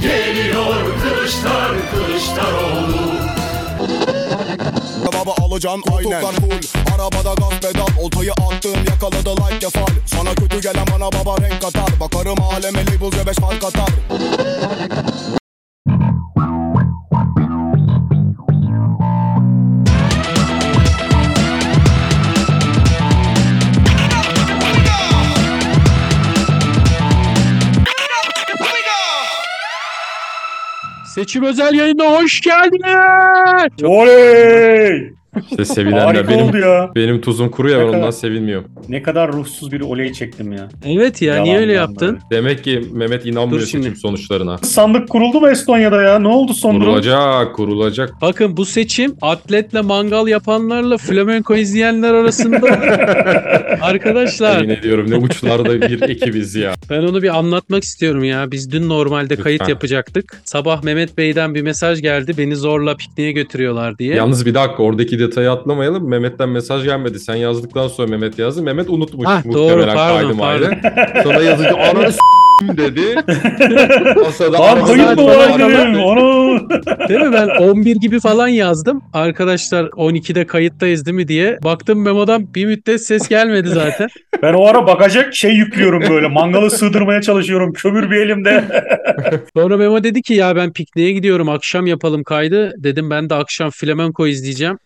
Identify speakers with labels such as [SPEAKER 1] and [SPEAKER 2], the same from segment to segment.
[SPEAKER 1] Geliyor kılıçlar Kılıçdaroğlu
[SPEAKER 2] Baba alacağım koltuklar full Arabada gaz pedal oltayı attım yakaladı like kefal Sana kötü gelen bana baba renk katar Bakarım aleme labelce beş fark atar
[SPEAKER 3] Seçim özel yayına hoş geldiniz.
[SPEAKER 4] Oley!
[SPEAKER 5] İşte sevilenler
[SPEAKER 4] Harika
[SPEAKER 5] Ee, benim
[SPEAKER 4] oldu ya.
[SPEAKER 5] benim tuzum kuru ya
[SPEAKER 4] Ne
[SPEAKER 5] ben ondan
[SPEAKER 4] kadar-
[SPEAKER 5] sevinmiyorum.
[SPEAKER 4] Ne kadar ruhsuz bir oley çektim ya.
[SPEAKER 3] Evet ya niye
[SPEAKER 4] Yalan
[SPEAKER 3] öyle
[SPEAKER 4] yalan
[SPEAKER 3] yaptın?
[SPEAKER 4] böyle.
[SPEAKER 5] Demek ki Mehmet inanmıyor
[SPEAKER 3] Dur şimdi.
[SPEAKER 5] seçim sonuçlarına.
[SPEAKER 4] Sandık kuruldu mu Estonya'da ya? Ne oldu son durum?
[SPEAKER 5] Kurulacak, kurulacak.
[SPEAKER 3] Bakın bu seçim atletle mangal yapanlarla flamenko izleyenler arasında
[SPEAKER 5] Yemin
[SPEAKER 3] arkadaşlar
[SPEAKER 5] ediyorum ne uçlarda bir ekibiz ya.
[SPEAKER 3] ben onu bir anlatmak istiyorum ya. Biz dün normalde kayıt
[SPEAKER 5] Lütfen.
[SPEAKER 3] yapacaktık. Sabah Mehmet Bey'den bir mesaj geldi. Beni zorla pikniğe götürüyorlar diye.
[SPEAKER 5] Yalnız bir dakika oradaki detayı atlamayalım. Mehmet'ten mesaj gelmedi. Sen yazdıktan sonra Mehmet yazdı. Mehmet unutmuş
[SPEAKER 3] Hah,
[SPEAKER 5] muhtemelen
[SPEAKER 3] Ah, doğru, pardon,
[SPEAKER 5] kaydı maydı. Sonra yazıcı ananı s**tim dedi. Masada
[SPEAKER 4] Lan
[SPEAKER 5] arabada
[SPEAKER 4] kayıp mı var
[SPEAKER 5] arabada-
[SPEAKER 4] dedim. Onu.
[SPEAKER 3] Değil mi? Ben 11 gibi falan yazdım. Arkadaşlar 12'de kayıttayız değil mi diye. Baktım memodan bir müddet ses gelmedi zaten.
[SPEAKER 4] Ben o ara bagaja şey yüklüyorum böyle. Mangalı sığdırmaya çalışıyorum. Kömür bir elimde.
[SPEAKER 3] Sonra Memo dedi ki ya ben pikniğe gidiyorum akşam yapalım kaydı. Dedim ben de akşam flamenko izleyeceğim.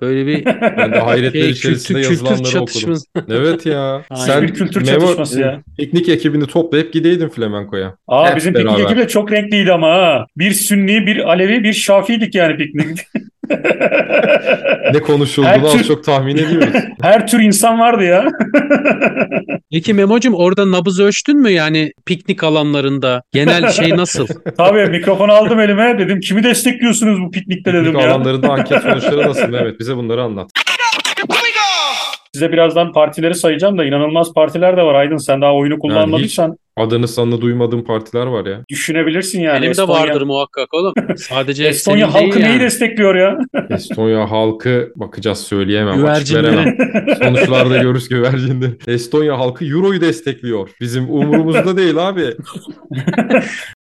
[SPEAKER 3] Böyle bir
[SPEAKER 5] Ben de hayretler
[SPEAKER 3] şey,
[SPEAKER 5] içerisinde
[SPEAKER 3] kültür, kültür
[SPEAKER 5] yazılanları okudum.
[SPEAKER 3] çatışması.
[SPEAKER 5] Evet ya.
[SPEAKER 3] Aynen.
[SPEAKER 5] Sen
[SPEAKER 4] bir kültür
[SPEAKER 5] Memo-
[SPEAKER 4] çatışması ya.
[SPEAKER 5] Piknik ekibini toplayıp gideydin flamenkoya.
[SPEAKER 4] Aa
[SPEAKER 5] Hep
[SPEAKER 4] bizim piknik
[SPEAKER 5] beraber.
[SPEAKER 4] ekibi de çok renkliydi ama ha. Bir Sünni, bir Alevi, bir Şafii'dik yani piknik.
[SPEAKER 5] Ne konuşulduğunu
[SPEAKER 4] Her
[SPEAKER 5] az
[SPEAKER 4] tür-
[SPEAKER 5] çok tahmin ediyoruz.
[SPEAKER 4] Her tür insan vardı ya.
[SPEAKER 3] Peki Memo'cum orada nabız ölçtün mü yani piknik alanlarında? Genel şey nasıl?
[SPEAKER 4] Tabii mikrofonu aldım elime. Dedim kimi destekliyorsunuz bu piknikte dedim
[SPEAKER 5] Piknik
[SPEAKER 4] ya.
[SPEAKER 5] alanlarında anket sonuçları nasıl Mehmet? Bize bunları anlat.
[SPEAKER 4] Size birazdan partileri sayacağım da inanılmaz partiler de var. Aydın sen daha oyunu kullanmadıysan
[SPEAKER 5] Adını sanını duymadığım partiler var ya.
[SPEAKER 4] düşünebilirsin yani.
[SPEAKER 3] Benim de
[SPEAKER 4] Estonya-
[SPEAKER 3] vardır muhakkak oğlum. Sadece
[SPEAKER 4] Estonya
[SPEAKER 3] senin değil
[SPEAKER 4] halkı neyi
[SPEAKER 3] yani.
[SPEAKER 4] destekliyor ya?
[SPEAKER 5] Estonya halkı bakacağız söyleyemem. açık
[SPEAKER 3] Güvercinleri.
[SPEAKER 5] veremem. Sonuçlarda görürüz güvercinleri. Estonya halkı Euro'yu destekliyor. Bizim umurumuzda değil abi.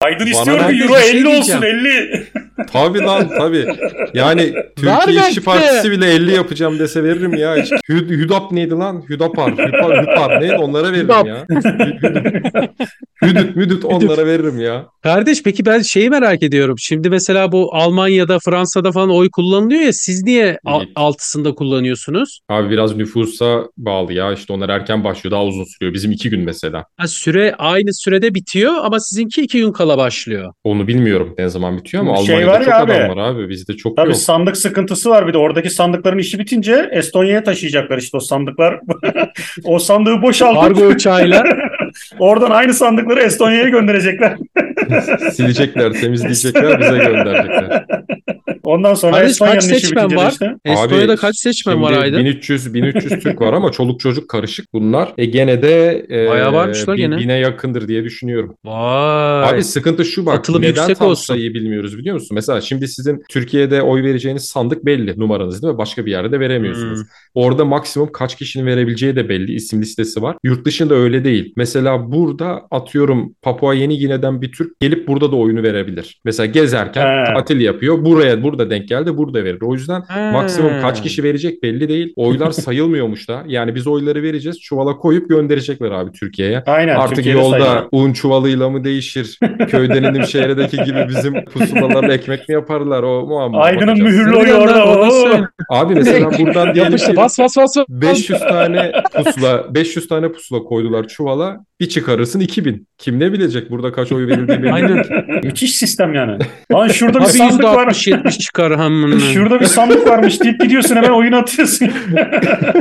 [SPEAKER 4] Aydın
[SPEAKER 5] Bana
[SPEAKER 4] istiyor
[SPEAKER 5] ben
[SPEAKER 4] ki
[SPEAKER 3] de
[SPEAKER 4] Euro
[SPEAKER 3] bir şey
[SPEAKER 4] 50 olsun
[SPEAKER 3] diyeceğim.
[SPEAKER 4] 50.
[SPEAKER 5] Tabii lan tabii. Yani Türkiye
[SPEAKER 3] Ver
[SPEAKER 5] İşçi
[SPEAKER 3] belki.
[SPEAKER 5] Partisi bile 50 yapacağım dese veririm ya. Hiç. Hü- Hüdap neydi lan? Hüdapar. Hüdapar, Hüdapar neydi? Onlara veririm
[SPEAKER 3] Hüdap.
[SPEAKER 5] ya. Hüdüt müdüt onlara veririm ya.
[SPEAKER 3] Kardeş peki ben şeyi merak ediyorum. Şimdi mesela bu Almanya'da, Fransa'da falan oy kullanılıyor ya siz niye al-
[SPEAKER 5] Evet.
[SPEAKER 3] altısında kullanıyorsunuz?
[SPEAKER 5] Abi biraz nüfusa bağlı ya. İşte onlar erken başlıyor. Daha uzun sürüyor. Bizim iki gün mesela.
[SPEAKER 3] Ha, süre aynı sürede bitiyor ama sizinki iki gün kala başlıyor.
[SPEAKER 5] Onu bilmiyorum ne zaman bitiyor ama
[SPEAKER 4] Bir şey
[SPEAKER 5] Almanya'da
[SPEAKER 4] var
[SPEAKER 5] çok
[SPEAKER 4] ya
[SPEAKER 5] adam
[SPEAKER 4] abi.
[SPEAKER 5] var abi. Bizde çok
[SPEAKER 4] Tabii
[SPEAKER 5] yok.
[SPEAKER 4] sandık sıkıntısı var bir de oradaki sandıkların işi bitince Estonya'ya taşıyacaklar işte o sandıklar. o sandığı
[SPEAKER 3] Kargo
[SPEAKER 4] boşaltıp
[SPEAKER 3] uçağıyla
[SPEAKER 4] oradan aynı sandıkları Estonya'ya gönderecekler.
[SPEAKER 5] Silecekler, temizleyecekler, bize gönderecekler.
[SPEAKER 4] Ondan sonra
[SPEAKER 3] Kardeş,
[SPEAKER 4] Estonya'nın
[SPEAKER 3] kaç
[SPEAKER 4] işi
[SPEAKER 3] seçmen
[SPEAKER 4] bitince de
[SPEAKER 3] var?
[SPEAKER 4] işte.
[SPEAKER 3] Estonya'da
[SPEAKER 5] Abi,
[SPEAKER 3] kaç seçmen
[SPEAKER 5] Şimdi
[SPEAKER 3] var Aydın?
[SPEAKER 5] 1300 1300 Türk var ama çoluk çocuk karışık bunlar. E gene de e,
[SPEAKER 3] Bayağı varmış lan
[SPEAKER 5] bin-
[SPEAKER 3] gene.
[SPEAKER 5] bine yakındır diye düşünüyorum.
[SPEAKER 3] Vay.
[SPEAKER 5] Abi sıkıntı şu bak.
[SPEAKER 3] Katılım
[SPEAKER 5] neden
[SPEAKER 3] yüksek
[SPEAKER 5] tam
[SPEAKER 3] olsun.
[SPEAKER 5] sayıyı bilmiyoruz biliyor musun? Mesela şimdi sizin Türkiye'de oy vereceğiniz sandık belli numaranız değil mi? Başka bir yerde de veremiyorsunuz.
[SPEAKER 3] Hmm.
[SPEAKER 5] Orada maksimum kaç kişinin verebileceği de belli. isim listesi var. Yurt dışında öyle değil. Mesela burada atıyorum Papua Yeni Gine'den bir Türk gelip burada da oyunu verebilir. Mesela gezerken
[SPEAKER 4] He.
[SPEAKER 5] tatil yapıyor. Buraya burada denk geldi. Burada verir. O yüzden
[SPEAKER 3] Ha.
[SPEAKER 5] maksimum kaç kişi verecek belli değil. Oylar sayılmıyormuş da. Yani biz oyları vereceğiz. Çuvala koyup gönderecekler abi Türkiye'ye.
[SPEAKER 4] Aynen
[SPEAKER 5] Artık
[SPEAKER 4] Türkiye'de
[SPEAKER 5] yolda
[SPEAKER 4] sayılır.
[SPEAKER 5] un çuvalıyla mı değişir? Köydenim şehirdeki gibi bizim pusulalarla ekmek mi yaparlar o muamma.
[SPEAKER 4] Aydın'ın
[SPEAKER 5] bakacağız.
[SPEAKER 4] mühürlü
[SPEAKER 3] Bir
[SPEAKER 4] oyu
[SPEAKER 3] yandan
[SPEAKER 4] orada.
[SPEAKER 3] onu
[SPEAKER 4] Oo.
[SPEAKER 3] söyle.
[SPEAKER 5] Abi mesela buradan diyelim
[SPEAKER 3] Yapıştı
[SPEAKER 5] ki
[SPEAKER 3] bas bas bas bas.
[SPEAKER 5] 500 tane pusula 500 tane pusula koydular çuvala. Bir çıkarırsın 2000. Kim ne bilecek burada kaç oy verildiği belli. değil.
[SPEAKER 3] Aynen.
[SPEAKER 4] Müthiş sistem yani. Lan şurada bir
[SPEAKER 3] Abi
[SPEAKER 4] sandık var.
[SPEAKER 3] 160 70 çıkar hamını.
[SPEAKER 4] Şurada bir sandık varmış deyip gidiyorsun hemen oyun atıyorsun.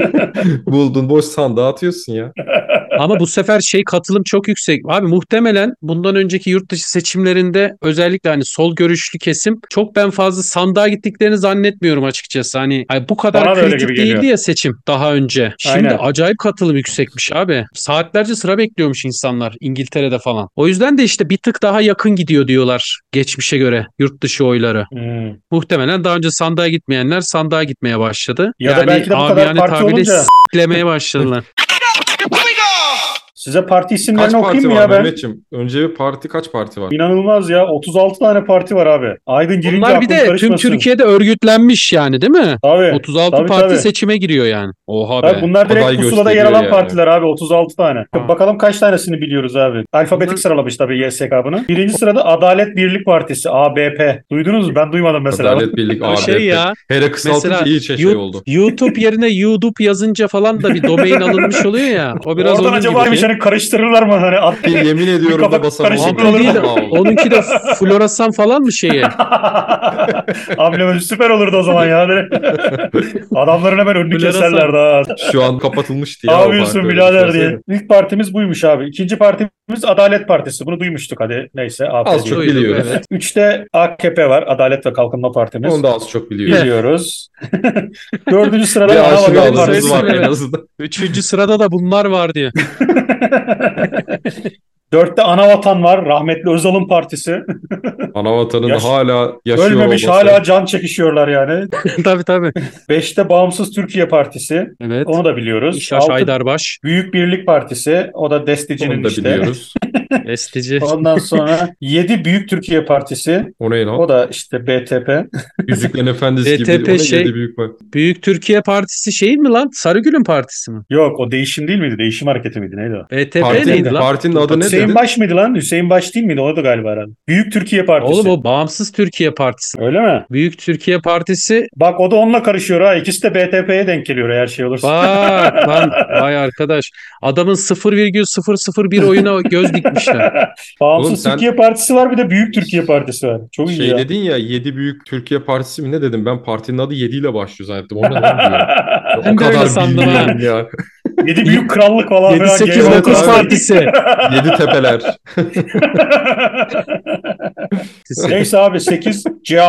[SPEAKER 5] Buldun boş sandığa atıyorsun ya.
[SPEAKER 3] Ama bu sefer şey katılım çok yüksek. Abi muhtemelen bundan önceki yurt dışı seçimlerinde özellikle hani sol görüşlü kesim çok ben fazla sandığa gittiklerini zannetmiyorum açıkçası. Hani ay bu kadar
[SPEAKER 4] Bana da öyle
[SPEAKER 3] kritik
[SPEAKER 4] gibi
[SPEAKER 3] değildi
[SPEAKER 4] geliyor.
[SPEAKER 3] ya seçim daha önce. Şimdi
[SPEAKER 4] Aynen.
[SPEAKER 3] acayip katılım yüksekmiş abi. Saatlerce sıra bekliyormuş insanlar İngiltere'de falan. O yüzden de işte bir tık daha yakın gidiyor diyorlar geçmişe göre yurt dışı oyları.
[SPEAKER 4] Hmm.
[SPEAKER 3] Muhtemelen daha önce sandığa gitmeyenler sandığa gitmeye başladı.
[SPEAKER 4] Ya da belki de bu kadar
[SPEAKER 3] amiyane
[SPEAKER 4] parti
[SPEAKER 3] tabirle
[SPEAKER 4] olunca-
[SPEAKER 3] s**lemeye başladılar.
[SPEAKER 4] Size parti
[SPEAKER 5] Kaç
[SPEAKER 4] isimlerini
[SPEAKER 5] parti
[SPEAKER 4] okuyayım mı
[SPEAKER 5] var
[SPEAKER 4] ya ben?
[SPEAKER 5] Mehmetciğim? Önce bir parti kaç parti var?
[SPEAKER 4] İnanılmaz ya. 36 tane parti var abi. Aydın girince
[SPEAKER 3] Bunlar bir
[SPEAKER 4] aklın
[SPEAKER 3] de tüm
[SPEAKER 4] karışmasın.
[SPEAKER 3] Türkiye'de örgütlenmiş yani değil mi?
[SPEAKER 4] Tabii.
[SPEAKER 3] 36
[SPEAKER 4] tabii,
[SPEAKER 3] parti
[SPEAKER 4] tabii.
[SPEAKER 3] seçime giriyor yani. Oha
[SPEAKER 4] Tabii
[SPEAKER 3] be.
[SPEAKER 4] bunlar direkt
[SPEAKER 5] aday
[SPEAKER 4] pusulada yer
[SPEAKER 5] gösteriyor
[SPEAKER 4] alan
[SPEAKER 5] yani.
[SPEAKER 4] partiler abi 36 tane.
[SPEAKER 3] Ha.
[SPEAKER 4] Bakalım kaç tanesini biliyoruz abi. Alfabetik
[SPEAKER 3] Bunlar-
[SPEAKER 4] sıralamış tabii YSK bunu. Birinci sırada Adalet Birlik Partisi ABP. Duydunuz mu? Ben duymadım mesela.
[SPEAKER 5] Adalet Birlik
[SPEAKER 3] O
[SPEAKER 5] ABP.
[SPEAKER 3] şey ya.
[SPEAKER 5] Hele kısaltınca
[SPEAKER 3] Mesela
[SPEAKER 5] iyi şey
[SPEAKER 3] You-
[SPEAKER 5] oldu.
[SPEAKER 3] YouTube yerine YouTube yazınca falan da bir domain alınmış oluyor ya. O biraz
[SPEAKER 4] Oradan
[SPEAKER 3] onun
[SPEAKER 4] acaba
[SPEAKER 3] gibi.
[SPEAKER 4] bir hani karıştırırlar mı? Hani at-
[SPEAKER 5] Bir yemin
[SPEAKER 4] Bir
[SPEAKER 5] ediyorum
[SPEAKER 4] kafa
[SPEAKER 5] da basamam.
[SPEAKER 4] karışıklığı
[SPEAKER 5] Vallahi
[SPEAKER 4] olur mu?
[SPEAKER 3] Değil,
[SPEAKER 5] vallahi.
[SPEAKER 3] onunki de floresan falan mı şeye?
[SPEAKER 4] Amblemi süper olurdu o zaman ya. Hani Adamların hemen önünü
[SPEAKER 3] Bilal Hasan.
[SPEAKER 4] keserlerdi ha.
[SPEAKER 5] Şu an kapatılmış diye.
[SPEAKER 4] Ne
[SPEAKER 5] o
[SPEAKER 4] yapıyorsun
[SPEAKER 5] parti öyle şey
[SPEAKER 4] birader
[SPEAKER 5] düşünsene.
[SPEAKER 4] diye. İlk partimiz buymuş abi. İkinci partimiz Adalet Partisi. Bunu duymuştuk hadi. Neyse. AKP
[SPEAKER 5] Az
[SPEAKER 4] diyelim.
[SPEAKER 5] çok
[SPEAKER 3] Duydum,
[SPEAKER 5] biliyoruz.
[SPEAKER 3] evet.
[SPEAKER 4] Üçte AKP var. Adalet ve Kalkınma Partimiz.
[SPEAKER 5] Onu da az çok biliyoruz.
[SPEAKER 4] Biliyoruz. Dördüncü sırada
[SPEAKER 5] Bir
[SPEAKER 4] ana
[SPEAKER 3] aşina
[SPEAKER 4] vatan
[SPEAKER 3] olmanız
[SPEAKER 5] aşinalığımız
[SPEAKER 4] partisi.
[SPEAKER 5] var en
[SPEAKER 3] Evet.
[SPEAKER 5] azından.
[SPEAKER 3] Üçüncü sırada da bunlar var diye.
[SPEAKER 4] Dörtte ana vatan var. Rahmetli Özal'ın partisi.
[SPEAKER 5] Anavatanın
[SPEAKER 4] Yaş-
[SPEAKER 5] hala yaşıyor
[SPEAKER 4] Ölmemiş
[SPEAKER 5] olması.
[SPEAKER 4] hala can çekişiyorlar yani.
[SPEAKER 3] tabii tabii.
[SPEAKER 4] Beşte Bağımsız Türkiye Partisi.
[SPEAKER 3] Evet.
[SPEAKER 4] Onu da biliyoruz.
[SPEAKER 3] İşaş
[SPEAKER 4] Altı
[SPEAKER 3] Aydarbaş.
[SPEAKER 4] Büyük Birlik Partisi. O da Destici'nin
[SPEAKER 5] Onu da
[SPEAKER 4] işte.
[SPEAKER 5] biliyoruz.
[SPEAKER 3] Estici.
[SPEAKER 4] Ondan sonra 7 Büyük Türkiye Partisi.
[SPEAKER 5] O ne lan?
[SPEAKER 4] O da işte BTP.
[SPEAKER 5] Yüzüklerin Efendisi gibi.
[SPEAKER 3] BTP
[SPEAKER 5] O ne
[SPEAKER 3] şey-
[SPEAKER 5] yedi büyük bak.
[SPEAKER 3] Büyük Türkiye Partisi şey mi lan? Sarıgül'ün partisi mi?
[SPEAKER 4] Yok o değişim değil miydi? Değişim hareketi miydi? Neydi o?
[SPEAKER 3] BTP
[SPEAKER 5] Partinin,
[SPEAKER 3] neydi lan?
[SPEAKER 5] partinin adı ne
[SPEAKER 4] Hüseyin
[SPEAKER 5] dedi?
[SPEAKER 4] Baş mıydı lan? Hüseyin Baş değil miydi? O da galiba herhalde. Büyük Türkiye Partisi.
[SPEAKER 3] Oğlum o Bağımsız Türkiye Partisi.
[SPEAKER 4] Öyle mi?
[SPEAKER 3] Büyük Türkiye Partisi.
[SPEAKER 4] Bak o da onunla karışıyor ha. İkisi de BTP'ye denk geliyor eğer şey olursa.
[SPEAKER 3] Bak lan vay arkadaş. Adamın 0,001 oyuna göz dikmişler.
[SPEAKER 4] Bağımsız
[SPEAKER 5] Oğlum sen-
[SPEAKER 4] Türkiye Partisi var bir de Büyük Türkiye Partisi var. Çok iyi
[SPEAKER 5] Şey
[SPEAKER 4] ya.
[SPEAKER 5] dedin ya 7 büyük Türkiye Partisi mi ne dedim? Ben partinin adı 7 ile başlıyor zannettim. Ona ne diyor?
[SPEAKER 3] Ben
[SPEAKER 5] o
[SPEAKER 3] de öyle
[SPEAKER 5] kadar
[SPEAKER 3] sandım ha.
[SPEAKER 5] bilmiyorum ya.
[SPEAKER 4] Yedi büyük krallık falan.
[SPEAKER 3] 7
[SPEAKER 4] filan.
[SPEAKER 3] 8
[SPEAKER 4] Geliyor
[SPEAKER 3] 9
[SPEAKER 4] abi.
[SPEAKER 3] partisi.
[SPEAKER 5] 7 tepeler.
[SPEAKER 4] Neyse abi 8 CHP.
[SPEAKER 5] Şey,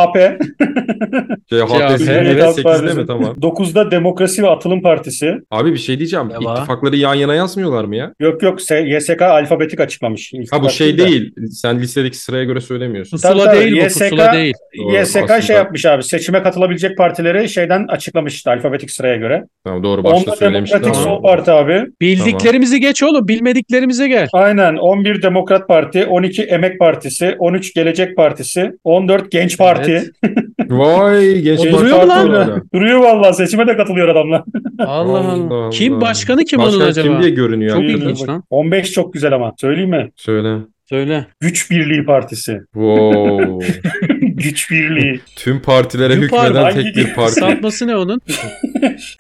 [SPEAKER 5] HTS
[SPEAKER 3] abi,
[SPEAKER 5] evet,
[SPEAKER 4] evet,
[SPEAKER 5] 8'de
[SPEAKER 4] partisi.
[SPEAKER 5] mi tamam.
[SPEAKER 4] 9'da Demokrasi ve Atılım Partisi.
[SPEAKER 5] Abi bir şey diyeceğim.
[SPEAKER 3] Ya var.
[SPEAKER 5] İttifakları yan yana yazmıyorlar mı ya?
[SPEAKER 4] Yok yok S- YSK alfabetik açıklamış.
[SPEAKER 5] Ha bu
[SPEAKER 4] İlk
[SPEAKER 5] şey
[SPEAKER 4] baktığımda.
[SPEAKER 5] değil. Sen listedeki sıraya göre söylemiyorsun.
[SPEAKER 3] Pusula
[SPEAKER 4] Tabii,
[SPEAKER 3] değil bu
[SPEAKER 4] YSK
[SPEAKER 3] pusula değil.
[SPEAKER 5] Doğru,
[SPEAKER 4] YSK
[SPEAKER 5] aslında.
[SPEAKER 4] şey yapmış abi seçime katılabilecek partileri şeyden açıklamış işte alfabetik sıraya göre.
[SPEAKER 5] Tamam doğru başta
[SPEAKER 4] Onda
[SPEAKER 5] söylemiştim.
[SPEAKER 3] şey
[SPEAKER 4] Demokratik
[SPEAKER 5] ama-
[SPEAKER 4] Sol Parti abi.
[SPEAKER 3] Bildiklerimizi geç oğlum bilmediklerimize gel.
[SPEAKER 4] Aynen 11 Demokrat Parti, 12 Emek Partisi, 13 Gelecek Partisi, 14 Genç Parti.
[SPEAKER 3] Evet.
[SPEAKER 5] Vay genç
[SPEAKER 4] Duruyor
[SPEAKER 5] parti
[SPEAKER 3] mu
[SPEAKER 5] var
[SPEAKER 3] lan?
[SPEAKER 5] orada.
[SPEAKER 4] Duruyor vallahi seçime de katılıyor adamlar.
[SPEAKER 3] Allah
[SPEAKER 5] Allah
[SPEAKER 3] Allah.
[SPEAKER 5] Allah.
[SPEAKER 3] Kim başkanı kim
[SPEAKER 5] Başkan
[SPEAKER 3] onun acaba?
[SPEAKER 5] kim diye görünüyor.
[SPEAKER 3] Çok
[SPEAKER 5] hakikaten.
[SPEAKER 3] ilginç lan.
[SPEAKER 4] 15 çok güzel ama söyleyeyim mi?
[SPEAKER 5] Söyle.
[SPEAKER 3] Söyle.
[SPEAKER 4] Güç Birliği Partisi.
[SPEAKER 5] Wow.
[SPEAKER 4] Güç Birliği.
[SPEAKER 5] Tüm partilere
[SPEAKER 3] Tüm parti-
[SPEAKER 5] hükmeden
[SPEAKER 4] Hangi-
[SPEAKER 5] tek bir parti.
[SPEAKER 3] Sapması ne onun?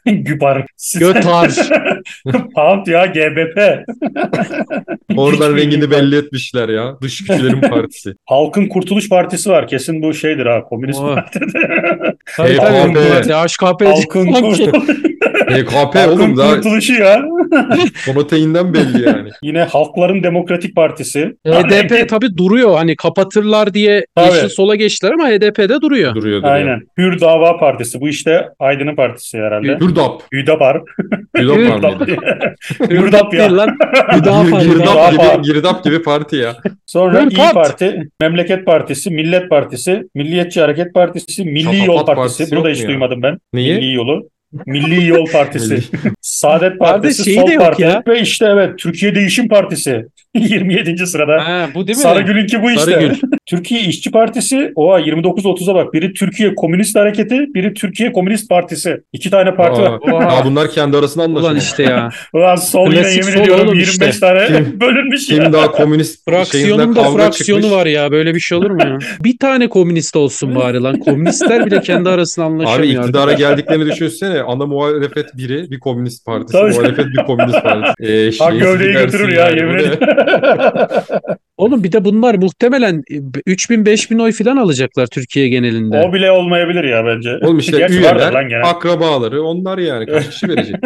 [SPEAKER 4] Güpar.
[SPEAKER 3] Götar.
[SPEAKER 4] Pound ya GBP.
[SPEAKER 5] Oradan
[SPEAKER 4] Güç Birliği
[SPEAKER 5] rengini
[SPEAKER 4] Partisi.
[SPEAKER 5] belli etmişler ya. Dış güçlerin partisi.
[SPEAKER 4] Halkın Kurtuluş Partisi var. Kesin bu şeydir ha komünist
[SPEAKER 3] Oo.
[SPEAKER 4] partidir.
[SPEAKER 3] Tabii tabii.
[SPEAKER 5] HKP.
[SPEAKER 3] Halkın Parti, HKP.
[SPEAKER 4] Halkın, Kurtuluş-
[SPEAKER 5] HKP
[SPEAKER 4] Halkın
[SPEAKER 5] oğlum daha
[SPEAKER 4] Kurtuluşu ya.
[SPEAKER 5] konoteyinden belli yani.
[SPEAKER 4] Yine Halkların Demokratik Partisi.
[SPEAKER 3] E HDP tabii duruyor. Hani kapatırlar diye
[SPEAKER 4] Tabii.
[SPEAKER 3] yeşil sola geçtiler ama HDP'de duruyor.
[SPEAKER 5] Duruyor duruyor.
[SPEAKER 4] Aynen. Hür Dava Partisi. Bu işte Aydın'ın partisi herhalde.
[SPEAKER 5] Hürdap.
[SPEAKER 4] Hüdapar.
[SPEAKER 5] Hürdap var
[SPEAKER 4] Hürdap.
[SPEAKER 5] mıydı?
[SPEAKER 4] Hürdap ya.
[SPEAKER 3] Değil lan. Bir daha
[SPEAKER 5] Gir-
[SPEAKER 3] fazla.
[SPEAKER 5] Girdap
[SPEAKER 4] Hürdap.
[SPEAKER 5] gibi, girdap gibi parti ya.
[SPEAKER 4] Sonra
[SPEAKER 3] Hürkant.
[SPEAKER 4] İyi Parti, Memleket Partisi, Millet Partisi, Milliyetçi Hareket Partisi, Milli
[SPEAKER 5] Şatapat
[SPEAKER 4] Yol Partisi.
[SPEAKER 5] Partisi
[SPEAKER 4] Bunu
[SPEAKER 5] yok
[SPEAKER 4] da
[SPEAKER 5] mu
[SPEAKER 4] hiç
[SPEAKER 5] ya?
[SPEAKER 4] duymadım ben. Milli
[SPEAKER 5] Neyi?
[SPEAKER 4] Yolu. Milli Yol Partisi,
[SPEAKER 5] Milli-
[SPEAKER 4] Saadet
[SPEAKER 3] Kardeş,
[SPEAKER 4] Partisi,
[SPEAKER 3] şeyi de
[SPEAKER 4] Sol
[SPEAKER 3] yok
[SPEAKER 4] Parti
[SPEAKER 3] ya.
[SPEAKER 4] ve işte evet Türkiye Değişim Partisi 27. sırada.
[SPEAKER 3] Ha, bu değil mi?
[SPEAKER 4] Sarıgül'ünki bu işte.
[SPEAKER 3] Sarıgül.
[SPEAKER 4] Türkiye İşçi Partisi, oha 29-30'a bak. Biri Türkiye Komünist Hareketi, biri Türkiye Komünist Partisi. İki tane parti var.
[SPEAKER 5] Aa,
[SPEAKER 3] Oha.
[SPEAKER 5] daha bunlar kendi arasında
[SPEAKER 3] Ulan
[SPEAKER 5] anlaşılmaz.
[SPEAKER 3] işte ya.
[SPEAKER 4] Ulan sol yine
[SPEAKER 3] Klasik
[SPEAKER 4] yemin
[SPEAKER 3] sol
[SPEAKER 4] ediyorum
[SPEAKER 3] oğlum
[SPEAKER 4] 25
[SPEAKER 3] işte.
[SPEAKER 4] tane
[SPEAKER 5] Kim-
[SPEAKER 4] bölünmüş ya.
[SPEAKER 5] Kim daha komünist şeyinden
[SPEAKER 3] Fraksiyonun da
[SPEAKER 5] kavga
[SPEAKER 3] fraksiyonu
[SPEAKER 5] çıkmış.
[SPEAKER 3] var ya. Böyle bir şey olur mu ya? Bir tane komünist olsun bari lan. Komünistler bile kendi arasında
[SPEAKER 5] Abi
[SPEAKER 3] anlaşamıyor.
[SPEAKER 5] iktidara geldiklerini düşünsene. Ana muhalefet biri bir komünist partisi.
[SPEAKER 4] Tabii.
[SPEAKER 5] Muhalefet bir komünist partisi. Ee,
[SPEAKER 4] Ha
[SPEAKER 5] şey,
[SPEAKER 4] gövdeyi
[SPEAKER 5] dersin
[SPEAKER 4] götürür ya
[SPEAKER 5] yani,
[SPEAKER 4] yemin
[SPEAKER 5] bu ne?
[SPEAKER 4] ediyorum.
[SPEAKER 3] Oğlum bir de bunlar muhtemelen e, 3000-5000 oy falan alacaklar Türkiye genelinde.
[SPEAKER 4] o bile olmayabilir ya bence.
[SPEAKER 5] Oğlum işte
[SPEAKER 4] Gerçi vardır lan
[SPEAKER 5] üyeler,
[SPEAKER 4] gene.
[SPEAKER 5] akrabaları onlar yani. Kaç kişi verecek?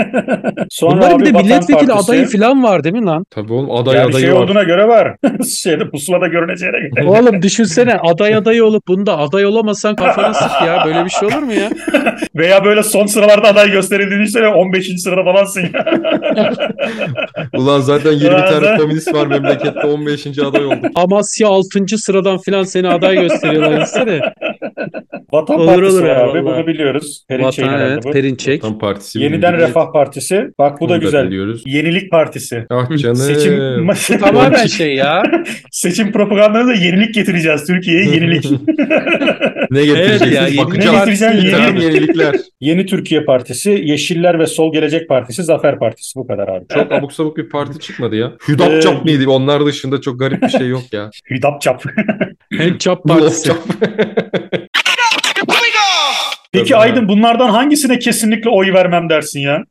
[SPEAKER 4] Sonra
[SPEAKER 3] Bunlar
[SPEAKER 4] abi
[SPEAKER 3] bir de
[SPEAKER 4] Vatan
[SPEAKER 3] milletvekili
[SPEAKER 4] Partisi.
[SPEAKER 3] adayı falan var değil mi lan?
[SPEAKER 5] Tabii oğlum aday
[SPEAKER 4] Yani
[SPEAKER 5] adayı
[SPEAKER 4] şey
[SPEAKER 5] var.
[SPEAKER 4] olduğuna göre var. Şeyde pusulada görüneceğine göre.
[SPEAKER 3] Oğlum düşünsene aday adayı olup bunda aday olamasan kafana sık ya. Böyle bir şey olur mu ya?
[SPEAKER 4] Veya böyle son sıralarda aday gösterildiğini işte 15. sırada falansın ya.
[SPEAKER 5] Ulan zaten 20
[SPEAKER 4] Zaten-
[SPEAKER 5] tane komünist var memlekette 15. aday oldu.
[SPEAKER 3] Amasya 6. sıradan falan seni aday gösteriyorlar. Düşünsene.
[SPEAKER 4] Vatan
[SPEAKER 6] Olur,
[SPEAKER 4] Partisi
[SPEAKER 6] olur
[SPEAKER 4] var
[SPEAKER 6] abi,
[SPEAKER 4] abi.
[SPEAKER 6] vallahi.
[SPEAKER 4] Bunu biliyoruz. Perinçek'in
[SPEAKER 3] Vatan
[SPEAKER 4] herhalde
[SPEAKER 3] evet
[SPEAKER 4] bu.
[SPEAKER 3] Perinçek.
[SPEAKER 5] Tam partisi.
[SPEAKER 4] Yeniden
[SPEAKER 5] Milliyet.
[SPEAKER 4] Refah Partisi. Bak bu da
[SPEAKER 5] Bunu
[SPEAKER 4] güzel.
[SPEAKER 5] biliyoruz.
[SPEAKER 4] Yenilik Partisi.
[SPEAKER 5] Ah canım.
[SPEAKER 4] Seçim
[SPEAKER 3] Tamamen şey ya.
[SPEAKER 4] seçim propagandasına yenilik getireceğiz Türkiye'ye. Yenilik.
[SPEAKER 5] ne getireceksiniz?
[SPEAKER 3] ya, yeni-
[SPEAKER 4] ne
[SPEAKER 5] Bakacağız.
[SPEAKER 4] getireceğim?
[SPEAKER 5] Bir takım
[SPEAKER 4] Yeni-
[SPEAKER 5] yenilikler.
[SPEAKER 4] Yeni Türkiye Partisi, Yeşiller ve Sol Gelecek Partisi, Zafer Partisi. Bu kadar abi.
[SPEAKER 5] Çok abuk sabuk bir parti çıkmadı ya.
[SPEAKER 4] Ee,
[SPEAKER 5] Hüdapçap mıydı? Onlar dışında çok garip bir şey yok ya.
[SPEAKER 4] Hüdapçap.
[SPEAKER 3] Handjob partisi.
[SPEAKER 4] Peki Aydın bunlardan hangisine kesinlikle oy vermem dersin ya?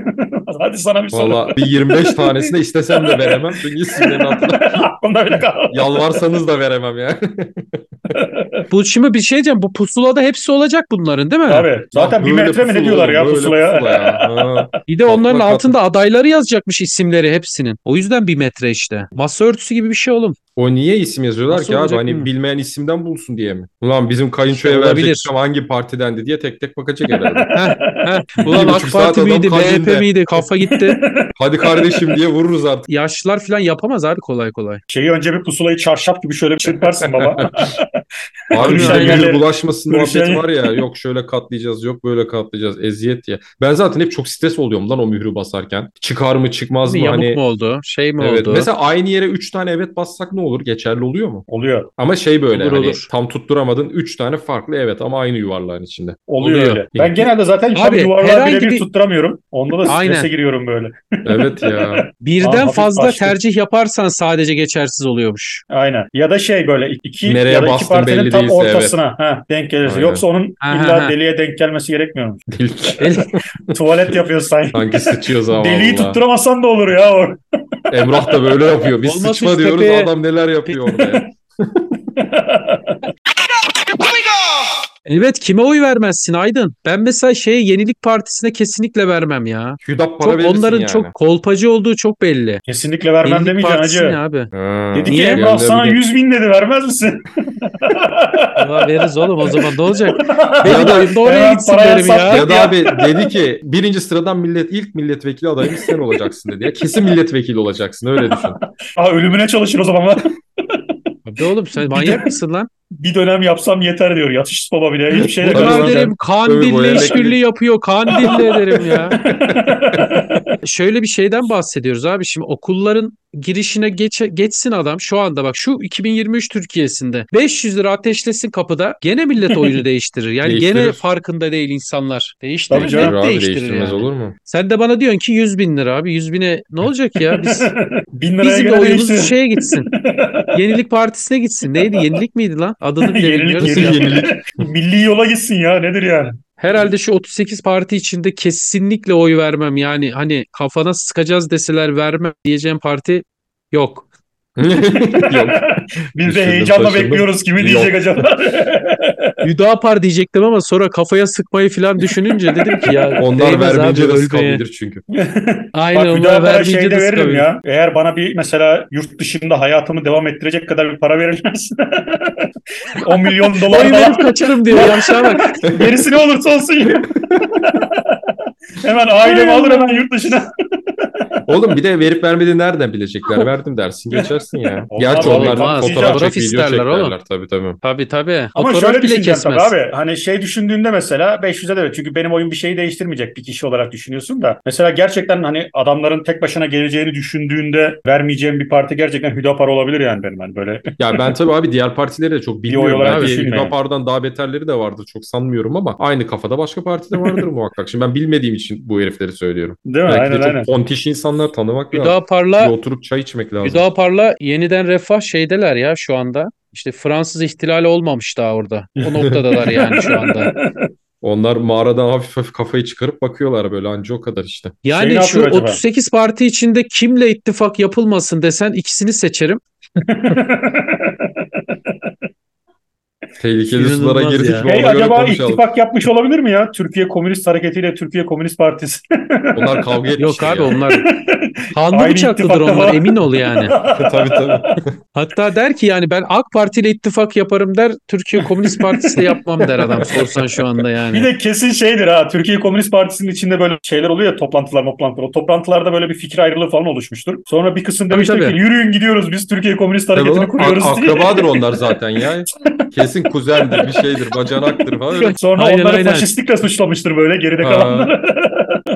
[SPEAKER 4] Hadi sana bir soru.
[SPEAKER 5] Valla bir 25 tanesine istesem de veremem. Çünkü isimlerini hatırlamıyorum.
[SPEAKER 4] Aklımda bile kalmadı.
[SPEAKER 5] Yalvarsanız da veremem ya.
[SPEAKER 3] Bu şimdi bir şey diyeceğim. Bu pusulada hepsi olacak bunların değil mi?
[SPEAKER 4] Abi zaten bir
[SPEAKER 5] Böyle
[SPEAKER 4] metre mi
[SPEAKER 5] pusula
[SPEAKER 4] ne diyorlar ya
[SPEAKER 5] olur, böyle
[SPEAKER 4] pusulaya?
[SPEAKER 5] pusula ya. Ha.
[SPEAKER 3] Bir de onların
[SPEAKER 5] Katla, katla.
[SPEAKER 3] altında adayları yazacakmış isimleri hepsinin. O yüzden bir metre işte. Masa örtüsü gibi bir şey oğlum.
[SPEAKER 5] O niye isim yazıyorlar
[SPEAKER 3] Nasıl
[SPEAKER 5] ki abi?
[SPEAKER 3] olacak
[SPEAKER 5] Hani
[SPEAKER 3] bilmiyorum.
[SPEAKER 5] bilmeyen isimden bulsun diye mi? Ulan bizim kayınçoya
[SPEAKER 3] İşte
[SPEAKER 5] verecek
[SPEAKER 3] Şey olabilir.
[SPEAKER 5] adam hangi partidendi diye tek tek bakacak herhalde.
[SPEAKER 3] Heh, Ulan
[SPEAKER 5] Bir
[SPEAKER 3] AK
[SPEAKER 5] buçuk saat
[SPEAKER 3] Parti
[SPEAKER 5] adam
[SPEAKER 3] miydi,
[SPEAKER 5] kayyumda.
[SPEAKER 3] MHP miydi? Kafa gitti.
[SPEAKER 5] Hadi kardeşim diye vururuz artık.
[SPEAKER 3] Yaşlılar falan yapamaz abi kolay kolay.
[SPEAKER 4] Şeyi önce bir pusulayı çarşaf gibi şöyle bir çırparsın baba.
[SPEAKER 5] Harbi
[SPEAKER 4] Konuşan
[SPEAKER 5] birbirine
[SPEAKER 4] yerleri-
[SPEAKER 5] bulaşmasın
[SPEAKER 4] konuşan
[SPEAKER 5] muhabbeti
[SPEAKER 4] yer-
[SPEAKER 5] var ya. Yok şöyle katlayacağız, yok böyle katlayacağız. Eziyet ya. Ben zaten hep çok stres oluyorum lan o mührü basarken. Çıkar mı çıkmaz mı
[SPEAKER 3] Yamuk
[SPEAKER 5] hani.
[SPEAKER 3] mu oldu? Şey mi
[SPEAKER 5] Evet.
[SPEAKER 3] oldu?
[SPEAKER 5] Mesela aynı yere 3 tane evet bassak ne olur? Geçerli oluyor mu?
[SPEAKER 4] Oluyor.
[SPEAKER 5] Ama şey böyle
[SPEAKER 3] Olur,
[SPEAKER 5] hani
[SPEAKER 3] olur.
[SPEAKER 5] tam tutturamadın 3 tane farklı evet ama aynı yuvarlağın içinde.
[SPEAKER 4] Oluyor,
[SPEAKER 3] Oluyor.
[SPEAKER 4] öyle. Ben genelde zaten
[SPEAKER 3] Abi,
[SPEAKER 4] abi, duvarlar
[SPEAKER 3] herhangi
[SPEAKER 4] birebir
[SPEAKER 3] bir-
[SPEAKER 4] tutturamıyorum. Onda da strese
[SPEAKER 3] Aynen.
[SPEAKER 4] giriyorum böyle.
[SPEAKER 5] Evet ya.
[SPEAKER 4] Aa,
[SPEAKER 3] Birden
[SPEAKER 4] hafif
[SPEAKER 3] fazla
[SPEAKER 4] açtı.
[SPEAKER 3] tercih yaparsan sadece geçersiz oluyormuş.
[SPEAKER 4] Aynen. Ya da şey böyle iki
[SPEAKER 5] Nereye
[SPEAKER 4] ya da iki
[SPEAKER 5] bastın
[SPEAKER 4] partinin
[SPEAKER 5] belli
[SPEAKER 4] tam
[SPEAKER 5] değilse,
[SPEAKER 4] ortasına ha, denk gelirse.
[SPEAKER 5] Aynen.
[SPEAKER 4] Yoksa onun
[SPEAKER 3] Ha, ha,
[SPEAKER 4] illa
[SPEAKER 3] ha.
[SPEAKER 4] deliğe denk gelmesi gerekmiyor mu?
[SPEAKER 3] E,
[SPEAKER 5] Deli-
[SPEAKER 4] Tuvalet yapıyorsun sanki.
[SPEAKER 5] Sanki sıçıyor zavallı.
[SPEAKER 4] Deliği
[SPEAKER 5] Allah.
[SPEAKER 4] tutturamasan da olur ya. o.
[SPEAKER 5] Emrah da böyle yapıyor. Biz
[SPEAKER 3] Olmaz
[SPEAKER 5] sıçma
[SPEAKER 3] üst
[SPEAKER 5] diyoruz
[SPEAKER 3] tepeye.
[SPEAKER 5] adam neler yapıyor orada. ya.
[SPEAKER 3] Evet kime oy vermezsin Aydın? Ben mesela şeye Yenilik Partisi'ne kesinlikle vermem ya.
[SPEAKER 5] Hüdap para
[SPEAKER 3] Çok
[SPEAKER 5] verirsin
[SPEAKER 3] onların
[SPEAKER 5] yani.
[SPEAKER 3] çok kolpacı olduğu çok belli.
[SPEAKER 4] Kesinlikle vermem
[SPEAKER 3] Yenilik
[SPEAKER 4] demeyeceksin
[SPEAKER 3] Partisi ne
[SPEAKER 4] hacı.
[SPEAKER 3] abi?
[SPEAKER 5] Ha,
[SPEAKER 4] Dedi ki
[SPEAKER 3] Niye?
[SPEAKER 4] Emrah sana
[SPEAKER 5] Gönderebilir.
[SPEAKER 4] 100 bin dedi vermez misin?
[SPEAKER 3] Allah veririz oğlum o zaman ne olacak?
[SPEAKER 4] Ya
[SPEAKER 3] Benim
[SPEAKER 4] da
[SPEAKER 3] oyum da oraya
[SPEAKER 4] hemen
[SPEAKER 3] gitsin
[SPEAKER 4] paraya
[SPEAKER 3] derim ya.
[SPEAKER 4] sat.
[SPEAKER 5] ya da abi dedi ki birinci sıradan millet ilk milletvekili adayımız sen olacaksın dedi. Ya kesin milletvekili olacaksın öyle düşün.
[SPEAKER 4] Aa, ölümüne çalışır o zaman.
[SPEAKER 3] Abi oğlum sen manyak mısın lan?
[SPEAKER 4] bir dönem yapsam yeter diyor. Yatış baba bile hiçbir şey
[SPEAKER 5] Tabii
[SPEAKER 3] Bunlar
[SPEAKER 5] zaten.
[SPEAKER 4] yapamaz.
[SPEAKER 3] derim
[SPEAKER 5] Ömür boyu
[SPEAKER 3] kandille işbirliği
[SPEAKER 5] elektrik.
[SPEAKER 3] yapıyor. Kandille derim ya. Şöyle bir şeyden bahsediyoruz abi. Şimdi okulların girişine geç, geçsin adam şu anda bak şu 2023 Türkiye'sinde 500 lira ateşlesin kapıda gene millet oyunu değiştirir. Yani gene
[SPEAKER 5] Değiştirir.
[SPEAKER 3] farkında değil insanlar. Değiştirir.
[SPEAKER 4] Tabii
[SPEAKER 3] Net
[SPEAKER 4] canım.
[SPEAKER 5] Olur abi,
[SPEAKER 3] değiştirir
[SPEAKER 5] değiştirmez
[SPEAKER 3] yani.
[SPEAKER 5] olur mu?
[SPEAKER 3] Sen de bana diyorsun ki 100 bin lira abi 100 bine ne olacak ya biz
[SPEAKER 4] Bin liraya
[SPEAKER 3] Bizim de
[SPEAKER 4] göre
[SPEAKER 3] oyumuz
[SPEAKER 5] şey
[SPEAKER 4] değişti.
[SPEAKER 3] şeye gitsin. Yenilik Partisi'ne gitsin. Neydi? Yenilik miydi lan? Adını bile
[SPEAKER 4] Yenilik,
[SPEAKER 3] bilmiyoruz.
[SPEAKER 4] yenilik. Milli yola gitsin ya nedir yani?
[SPEAKER 3] Herhalde şu 38 parti içinde kesinlikle oy vermem. Yani hani kafana sıkacağız deseler vermem diyeceğim parti yok.
[SPEAKER 5] Yok.
[SPEAKER 4] Biz de
[SPEAKER 5] Düşündüm,
[SPEAKER 4] heyecanla
[SPEAKER 5] taşındım.
[SPEAKER 4] bekliyoruz kimi
[SPEAKER 5] Yok.
[SPEAKER 4] diyecek acaba?
[SPEAKER 3] Hüdapar diyecektim ama sonra kafaya sıkmayı falan düşününce dedim ki ya
[SPEAKER 5] Onlar
[SPEAKER 3] değmez
[SPEAKER 5] vermeyince
[SPEAKER 3] abi
[SPEAKER 5] de
[SPEAKER 3] ölmeye.
[SPEAKER 5] sıkabilir çünkü.
[SPEAKER 3] Aynen
[SPEAKER 4] Bak bir
[SPEAKER 3] onlar
[SPEAKER 4] daha bana
[SPEAKER 3] vermeyince
[SPEAKER 4] şeyde
[SPEAKER 3] de
[SPEAKER 4] veririm
[SPEAKER 3] sıkabilir.
[SPEAKER 4] ya. Eğer bana bir mesela yurt dışında hayatımı devam ettirecek kadar bir para verirlerse 10 milyon dolar
[SPEAKER 3] Oy
[SPEAKER 4] falan.
[SPEAKER 3] verip kaçarım diyor yavşağa bak.
[SPEAKER 4] Gerisi ne olursa olsun ya. hemen ailemi alır hemen yurt dışına.
[SPEAKER 5] Oğlum bir de verip vermediğini nereden bilecekler? Verdim dersin geçersin ya.
[SPEAKER 4] Onlar
[SPEAKER 5] Gerçi
[SPEAKER 4] vallahi
[SPEAKER 5] onlar
[SPEAKER 4] kanka
[SPEAKER 5] fotoğraf
[SPEAKER 3] fotoğraf
[SPEAKER 5] çek, video
[SPEAKER 3] isterler oğlum.
[SPEAKER 5] çekerler tabii tabii.
[SPEAKER 3] Tabii tabii.
[SPEAKER 4] Ama
[SPEAKER 3] Fotoğraf
[SPEAKER 4] şöyle
[SPEAKER 3] bile
[SPEAKER 4] düşüneceksin tabii
[SPEAKER 3] kesmez.
[SPEAKER 4] abi. Hani şey düşündüğünde mesela 500'e de evet. Çünkü benim oyun bir şeyi değiştirmeyecek bir kişi olarak düşünüyorsun da. Mesela gerçekten hani adamların tek başına geleceğini düşündüğünde vermeyeceğim bir parti gerçekten Hüdapar olabilir yani benim. Hani böyle
[SPEAKER 5] Ya ben tabii abi diğer partileri de çok
[SPEAKER 4] oy
[SPEAKER 5] bilmiyorum.
[SPEAKER 4] olarak
[SPEAKER 5] Belki
[SPEAKER 4] düşünme.
[SPEAKER 5] Hüdapar'dan daha beterleri de vardır çok sanmıyorum ama aynı kafada başka parti de vardır muhakkak. Şimdi ben bilmediğim için bu herifleri söylüyorum.
[SPEAKER 4] değil mi?
[SPEAKER 5] Belki
[SPEAKER 4] aynen
[SPEAKER 5] de çok
[SPEAKER 4] aynen.
[SPEAKER 5] tontiş insanlar tanımak lazım.
[SPEAKER 3] Hüdapar'la
[SPEAKER 5] Bir oturup çay içmek lazım.
[SPEAKER 3] Hüdapar'la yeniden refah şeydeler ya şu anda. İşte Fransız ihtilali olmamış daha orada. O noktadalar yani şu
[SPEAKER 4] Şey
[SPEAKER 3] anda.
[SPEAKER 5] Onlar mağaradan hafif hafif kafayı çıkarıp bakıyorlar böyle anca o kadar işte.
[SPEAKER 3] Yani
[SPEAKER 4] Şey ne
[SPEAKER 3] şu
[SPEAKER 4] yapıyor acaba?
[SPEAKER 3] 38 parti içinde kimle ittifak yapılmasın desen ikisini seçerim.
[SPEAKER 5] Tehlikeli
[SPEAKER 3] İnanılmaz
[SPEAKER 5] sulara
[SPEAKER 3] ya.
[SPEAKER 5] girdik ve
[SPEAKER 4] Hey
[SPEAKER 5] ona göre
[SPEAKER 4] acaba
[SPEAKER 5] konuşalım.
[SPEAKER 4] ittifak yapmış olabilir mi ya? Türkiye Komünist Hareketi ile Türkiye Komünist Partisi.
[SPEAKER 5] Onlar kavga etmişler
[SPEAKER 3] Yok abi
[SPEAKER 5] ya.
[SPEAKER 3] onlar kanlı
[SPEAKER 4] şey Aynı
[SPEAKER 3] bıçaklıdır
[SPEAKER 4] ittifakta
[SPEAKER 3] onlar
[SPEAKER 4] falan.
[SPEAKER 3] emin ol yani.
[SPEAKER 5] tabii tabii.
[SPEAKER 3] Hatta der ki yani ben AK Parti ile ittifak yaparım der. Türkiye Komünist Partisi de yapmam der adam sorsan şu anda
[SPEAKER 4] Bir
[SPEAKER 3] yani.
[SPEAKER 4] de kesin şeydir ha. Türkiye Komünist Partisi'nin içinde böyle şeyler oluyor ya toplantılar toplantılar. O toplantılarda böyle bir fikir ayrılığı falan oluşmuştur. Sonra bir kısım
[SPEAKER 3] Tabii,
[SPEAKER 4] demiştir
[SPEAKER 3] tabii.
[SPEAKER 4] ki yürüyün gidiyoruz biz Türkiye Komünist
[SPEAKER 5] Tabii
[SPEAKER 4] Hareketi'ni
[SPEAKER 5] oğlum,
[SPEAKER 4] kuruyoruz
[SPEAKER 5] ak-
[SPEAKER 4] diye.
[SPEAKER 5] akrabadır onlar zaten ya. Kesin kuzendir, bir şeydir, bacanaktır falan. Öyle
[SPEAKER 4] Sonra
[SPEAKER 3] Aynen,
[SPEAKER 4] onları
[SPEAKER 3] aynen.
[SPEAKER 4] faşistlikle suçlamıştır böyle geride
[SPEAKER 5] Ha.
[SPEAKER 4] kalanları.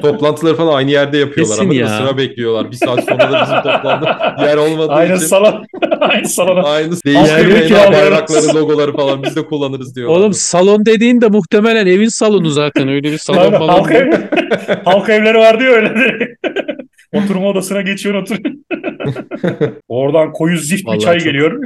[SPEAKER 5] toplantıları falan aynı yerde yapıyorlar
[SPEAKER 3] Kesin
[SPEAKER 5] ama
[SPEAKER 3] ya.
[SPEAKER 5] sıra bekliyorlar. Bir saat sonra da bizim toplantı yer olmadığı
[SPEAKER 4] Aynı
[SPEAKER 5] için.
[SPEAKER 4] salon. Aynı salona.
[SPEAKER 5] Aynı değiştirmeyin
[SPEAKER 4] Askeri
[SPEAKER 5] ha,
[SPEAKER 4] kiralarımız.
[SPEAKER 5] bayrakları, logoları falan biz de kullanırız diyorlar.
[SPEAKER 3] Oğlum salon dediğin de muhtemelen evin salonu zaten. Öyle bir salon
[SPEAKER 4] Aynen,
[SPEAKER 3] falan.
[SPEAKER 4] halk, ev, halk evleri var diyor öyle. Oturma odasına geçiyorsun oturuyorsun. Oradan koyu zift bir
[SPEAKER 3] Vallahi
[SPEAKER 4] çay
[SPEAKER 3] çok-
[SPEAKER 4] geliyor.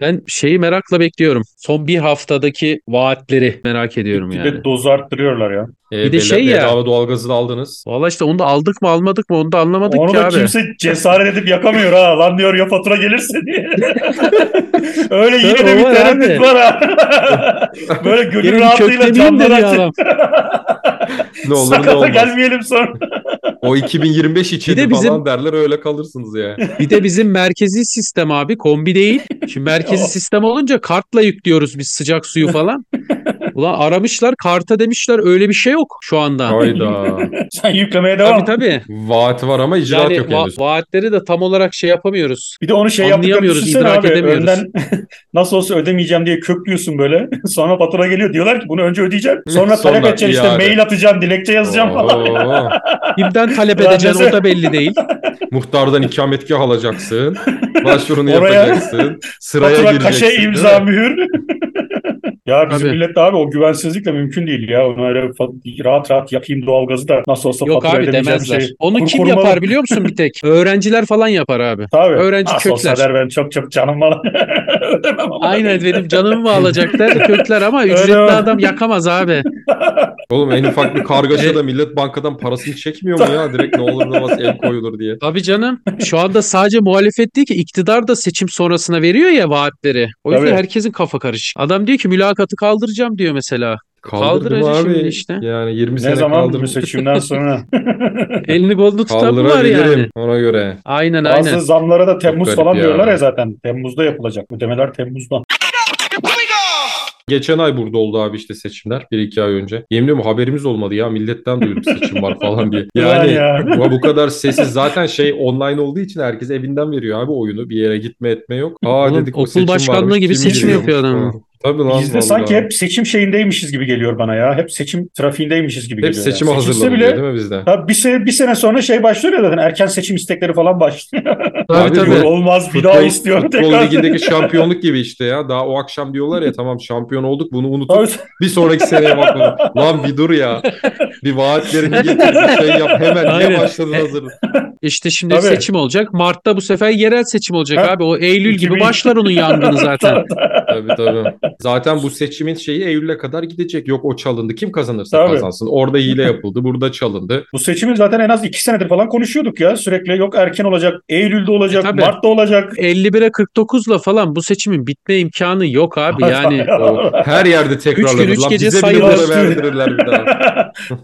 [SPEAKER 3] Ben şeyi merakla bekliyorum. Son bir haftadaki vaatleri merak ediyorum
[SPEAKER 4] Bir
[SPEAKER 3] yani.
[SPEAKER 4] de dozu arttırıyorlar ya.
[SPEAKER 5] Ee,
[SPEAKER 3] bir de
[SPEAKER 5] bela-
[SPEAKER 3] şey ya-
[SPEAKER 5] Bedava doğalgazı da aldınız.
[SPEAKER 3] Valla işte onu da aldık mı almadık mı onu da anlamadık
[SPEAKER 4] Onu
[SPEAKER 3] ki
[SPEAKER 4] da
[SPEAKER 3] abi.
[SPEAKER 4] kimse cesaret edip yakamıyor ha. Lan diyor ya fatura gelirse diye. Öyle yine
[SPEAKER 3] Tabii,
[SPEAKER 4] de
[SPEAKER 3] o
[SPEAKER 4] bir
[SPEAKER 3] var
[SPEAKER 4] tereddüt
[SPEAKER 3] abi.
[SPEAKER 4] var ha. Böyle
[SPEAKER 3] Gelin
[SPEAKER 4] gönül
[SPEAKER 3] bir
[SPEAKER 4] rahatlığıyla şey.
[SPEAKER 3] köklemeyeyim dedi
[SPEAKER 4] camdan
[SPEAKER 3] ya
[SPEAKER 4] açıp
[SPEAKER 3] adam.
[SPEAKER 5] Ne olur ne
[SPEAKER 4] sakata
[SPEAKER 5] olmaz.
[SPEAKER 4] gelmeyelim sonra.
[SPEAKER 5] O 2025 için
[SPEAKER 3] Bir de bizim-
[SPEAKER 5] falan derler öyle kalırsınız ya.
[SPEAKER 3] Bir de bizim merkezi sistem abi kombi değil. Şimdi merkezi sistem olunca kartla yüklüyoruz biz sıcak suyu falan. Ulan aramışlar karta demişler öyle bir şey yok şu anda.
[SPEAKER 5] Hayda.
[SPEAKER 4] Sen yüklemeye
[SPEAKER 3] Tabii
[SPEAKER 4] devam.
[SPEAKER 3] tabii.
[SPEAKER 5] Vaat var ama icraat
[SPEAKER 3] Yani
[SPEAKER 5] yok
[SPEAKER 3] va-
[SPEAKER 5] henüz.
[SPEAKER 3] vaatleri de tam olarak şey yapamıyoruz.
[SPEAKER 4] Bir de onu şey yaptıklarını
[SPEAKER 3] Anlayamıyoruz,
[SPEAKER 4] düşünsene
[SPEAKER 3] idrak
[SPEAKER 4] abi.
[SPEAKER 3] edemiyoruz.
[SPEAKER 4] Önden nasıl olsa ödemeyeceğim diye köklüyorsun böyle. Sonra fatura geliyor. Diyorlar ki bunu önce ödeyeceğim. Sonra
[SPEAKER 5] Sonra
[SPEAKER 4] talep edeceksin işte
[SPEAKER 5] iade.
[SPEAKER 4] mail atacağım, dilekçe yazacağım falan.
[SPEAKER 5] Oo.
[SPEAKER 3] Kimden talep
[SPEAKER 4] Ya
[SPEAKER 3] edeceksin
[SPEAKER 4] neyse.
[SPEAKER 3] o da belli değil.
[SPEAKER 5] Muhtardan ikametgah alacaksın. Başvurunu
[SPEAKER 4] Oraya-
[SPEAKER 5] yapacaksın. Sıraya
[SPEAKER 4] fatura,
[SPEAKER 5] gireceksin.
[SPEAKER 4] kaşe,
[SPEAKER 5] değil mi?
[SPEAKER 4] imza, mühür. ya bizim
[SPEAKER 3] Tabii.
[SPEAKER 4] millet de abi o güvensizlikle mümkün değil ya. Onu öyle fa- rahat rahat yakayım doğalgazı da nasıl olsa
[SPEAKER 3] Yok
[SPEAKER 4] fatura
[SPEAKER 3] abi
[SPEAKER 4] ödemeyeceğim
[SPEAKER 3] demezler.
[SPEAKER 4] şey.
[SPEAKER 3] Onu
[SPEAKER 4] Kur
[SPEAKER 3] kim
[SPEAKER 4] korumalı.
[SPEAKER 3] yapar biliyor musun bir tek? Öğrenciler falan yapar abi.
[SPEAKER 4] Tabii.
[SPEAKER 3] Öğrenci
[SPEAKER 4] Nasıl olsa
[SPEAKER 3] kökler.
[SPEAKER 4] der ben çok çok canım var. Ödemem ama.
[SPEAKER 3] Aynen benim canımı mı alacaklar kökler ama
[SPEAKER 4] Öyle
[SPEAKER 3] ücretli
[SPEAKER 4] mi?
[SPEAKER 3] adam yakamaz abi.
[SPEAKER 5] Oğlum en ufak bir
[SPEAKER 3] E-
[SPEAKER 5] kargaşa da millet bankadan parasını çekmiyor mu ya? Direkt ne olur ne olmaz el koyulur diye.
[SPEAKER 3] Tabii canım. Şu anda sadece muhalefet değil ki iktidar da seçim sonrasına veriyor ya vaatleri. O yüzden
[SPEAKER 4] Tabii.
[SPEAKER 3] herkesin kafa karışık. Adam diyor ki mülakatı kaldıracağım diyor mesela.
[SPEAKER 5] Kaldırdım
[SPEAKER 3] Kaldıracak
[SPEAKER 5] abi.
[SPEAKER 3] şimdi işte.
[SPEAKER 5] Yani 20
[SPEAKER 4] Ne
[SPEAKER 5] sene
[SPEAKER 4] zaman bu
[SPEAKER 5] kaldırdım.
[SPEAKER 4] seçimden sonra?
[SPEAKER 3] Elini kolunu tutan mı var
[SPEAKER 5] Kaldırabilirim
[SPEAKER 3] yani.
[SPEAKER 5] ona göre.
[SPEAKER 3] Aynen
[SPEAKER 4] Bazı
[SPEAKER 3] aynen.
[SPEAKER 4] zamlara da Temmuz
[SPEAKER 5] garip
[SPEAKER 4] falan
[SPEAKER 5] ya.
[SPEAKER 4] diyorlar ya zaten. Temmuz'da yapılacak. Ödemeler Temmuz'da.
[SPEAKER 5] Geçen ay burada oldu abi işte seçimler. Bir iki ay önce. Yemin ediyorum haberimiz olmadı ya. Milletten duyduk seçim var falan diye.
[SPEAKER 4] Ulan
[SPEAKER 5] Yani
[SPEAKER 4] ya.
[SPEAKER 5] bu- bu kadar sessiz. Zaten şey online olduğu için herkes evinden veriyor abi oyunu. Bir yere gitme etme yok. Aa
[SPEAKER 3] Oğlum,
[SPEAKER 5] dedik bu
[SPEAKER 3] okul
[SPEAKER 5] seçim
[SPEAKER 3] başkanlığı
[SPEAKER 5] varmış,
[SPEAKER 3] gibi
[SPEAKER 5] kim
[SPEAKER 3] seçim
[SPEAKER 5] giriyormuş
[SPEAKER 3] yapıyor adam.
[SPEAKER 5] falan. Tabii lan.
[SPEAKER 4] Biz de
[SPEAKER 5] vallahi.
[SPEAKER 4] sanki hep seçim şeyindeymişiz gibi geliyor bana ya. Hep seçim trafiğindeymişiz gibi
[SPEAKER 5] hep
[SPEAKER 4] geliyor.
[SPEAKER 5] seçime
[SPEAKER 4] yani. Seçilse
[SPEAKER 5] hazırlanıyor
[SPEAKER 4] bile
[SPEAKER 5] değil mi bizde?
[SPEAKER 4] Ha, bir, sene, bir sene sonra şey başlıyor ya zaten erken seçim istekleri falan başlıyor.
[SPEAKER 3] Tabii
[SPEAKER 5] Abi
[SPEAKER 3] tabii.
[SPEAKER 5] bu-
[SPEAKER 4] Olmaz bir daha
[SPEAKER 5] Futbol,
[SPEAKER 4] istiyorum
[SPEAKER 5] futbol
[SPEAKER 4] tekrar.
[SPEAKER 5] ligindeki şampiyonluk gibi işte ya. Daha o akşam diyorlar ya tamam şampiyon olduk bunu unutup
[SPEAKER 4] Tabii,
[SPEAKER 5] Bir sonraki seneye bakalım. Lan bir dur ya. Bir vaatlerini getir. Bir şey yap. Hemen niye
[SPEAKER 3] Aynen.
[SPEAKER 5] başladın hazır?
[SPEAKER 3] İşte şimdi
[SPEAKER 4] Tabii.
[SPEAKER 3] seçim olacak. Mart'ta bu sefer yerel seçim olacak
[SPEAKER 4] Ha,
[SPEAKER 3] abi. O Eylül gibi
[SPEAKER 4] 2000.
[SPEAKER 3] başlar onun yangını zaten.
[SPEAKER 5] Tabii tabii. Zaten bu seçimin şeyi Eylül'e kadar gidecek. Yok o çalındı. Kim kazanırsa
[SPEAKER 4] Tabii.
[SPEAKER 5] kazansın. Orada hile yapıldı. Burada çalındı.
[SPEAKER 4] bu seçimi zaten en az iki senedir falan konuşuyorduk ya. Sürekli yok erken olacak, Eylül'de olacak,
[SPEAKER 3] E, tabii.
[SPEAKER 4] Mart'ta olacak.
[SPEAKER 3] 51'e 49'la falan bu seçimin bitme imkanı yok abi. Yani
[SPEAKER 5] O her yerde tekrarlanır.
[SPEAKER 3] üç
[SPEAKER 5] Lan
[SPEAKER 3] gece
[SPEAKER 5] bize bile
[SPEAKER 3] sayılar
[SPEAKER 5] burada verdirirler bir daha.